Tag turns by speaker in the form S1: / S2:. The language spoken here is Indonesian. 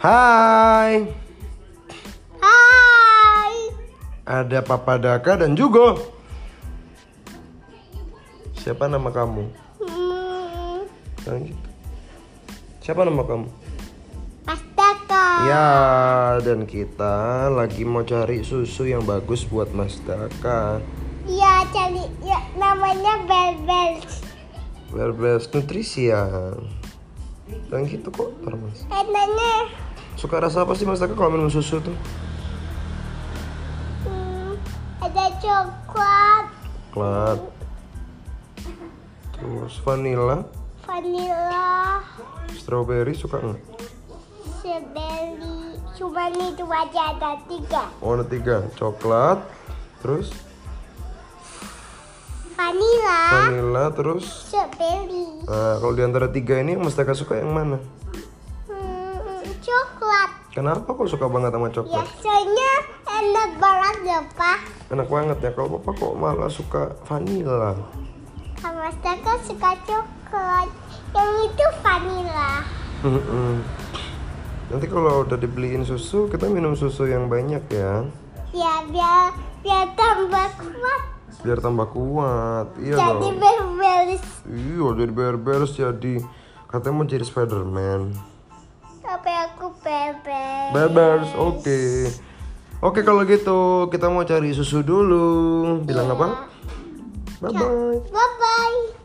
S1: Hai,
S2: Hai.
S1: ada Papa Daka dan Jugo. Siapa nama kamu?
S2: Hmm,
S1: Jangan gitu. Siapa nama kamu?
S2: pastaka.
S1: Ya, dan kita lagi mau cari susu yang bagus buat Mas Daka.
S2: Iya, cari ya, namanya Bel Bel.
S1: Wellbless Nutrisi ya. Dan gitu kok, Mas.
S2: Enaknya
S1: Suka rasa apa sih Mas Daka kalau minum susu tuh?
S2: hmm, ada coklat,
S1: Coklat. Terus vanilla,
S2: vanilla,
S1: strawberry suka nggak?
S2: strawberry. Cuma itu aja ada tiga.
S1: Warna tiga, coklat, terus
S2: Vanilla,
S1: vanilla, terus
S2: strawberry,
S1: nah, kalau di antara tiga ini yang Mas Daka suka yang mana?
S2: hmm, coklat.
S1: Kenapa kok suka banget sama
S2: Iya.
S1: coklat?
S2: Biasanya enak banget ya Pak.
S1: Enak banget ya kalau papa kok malah suka vanilla.
S2: Sama Staka suka coklat. Yang itu vanilla.
S1: Mm-mm. Nanti kalau udah dibeliin susu, kita minum susu yang banyak ya.
S2: Ya biar biar tambah kuat.
S1: biar tambah kuat iya dong
S2: Jadi berbelis
S1: iya jadi beres-beres jadi katanya mau jadi Spiderman
S2: sampai aku bebek.
S1: beres oke oke kalau gitu kita mau cari susu dulu bilang apa bye bye
S2: Bye bye.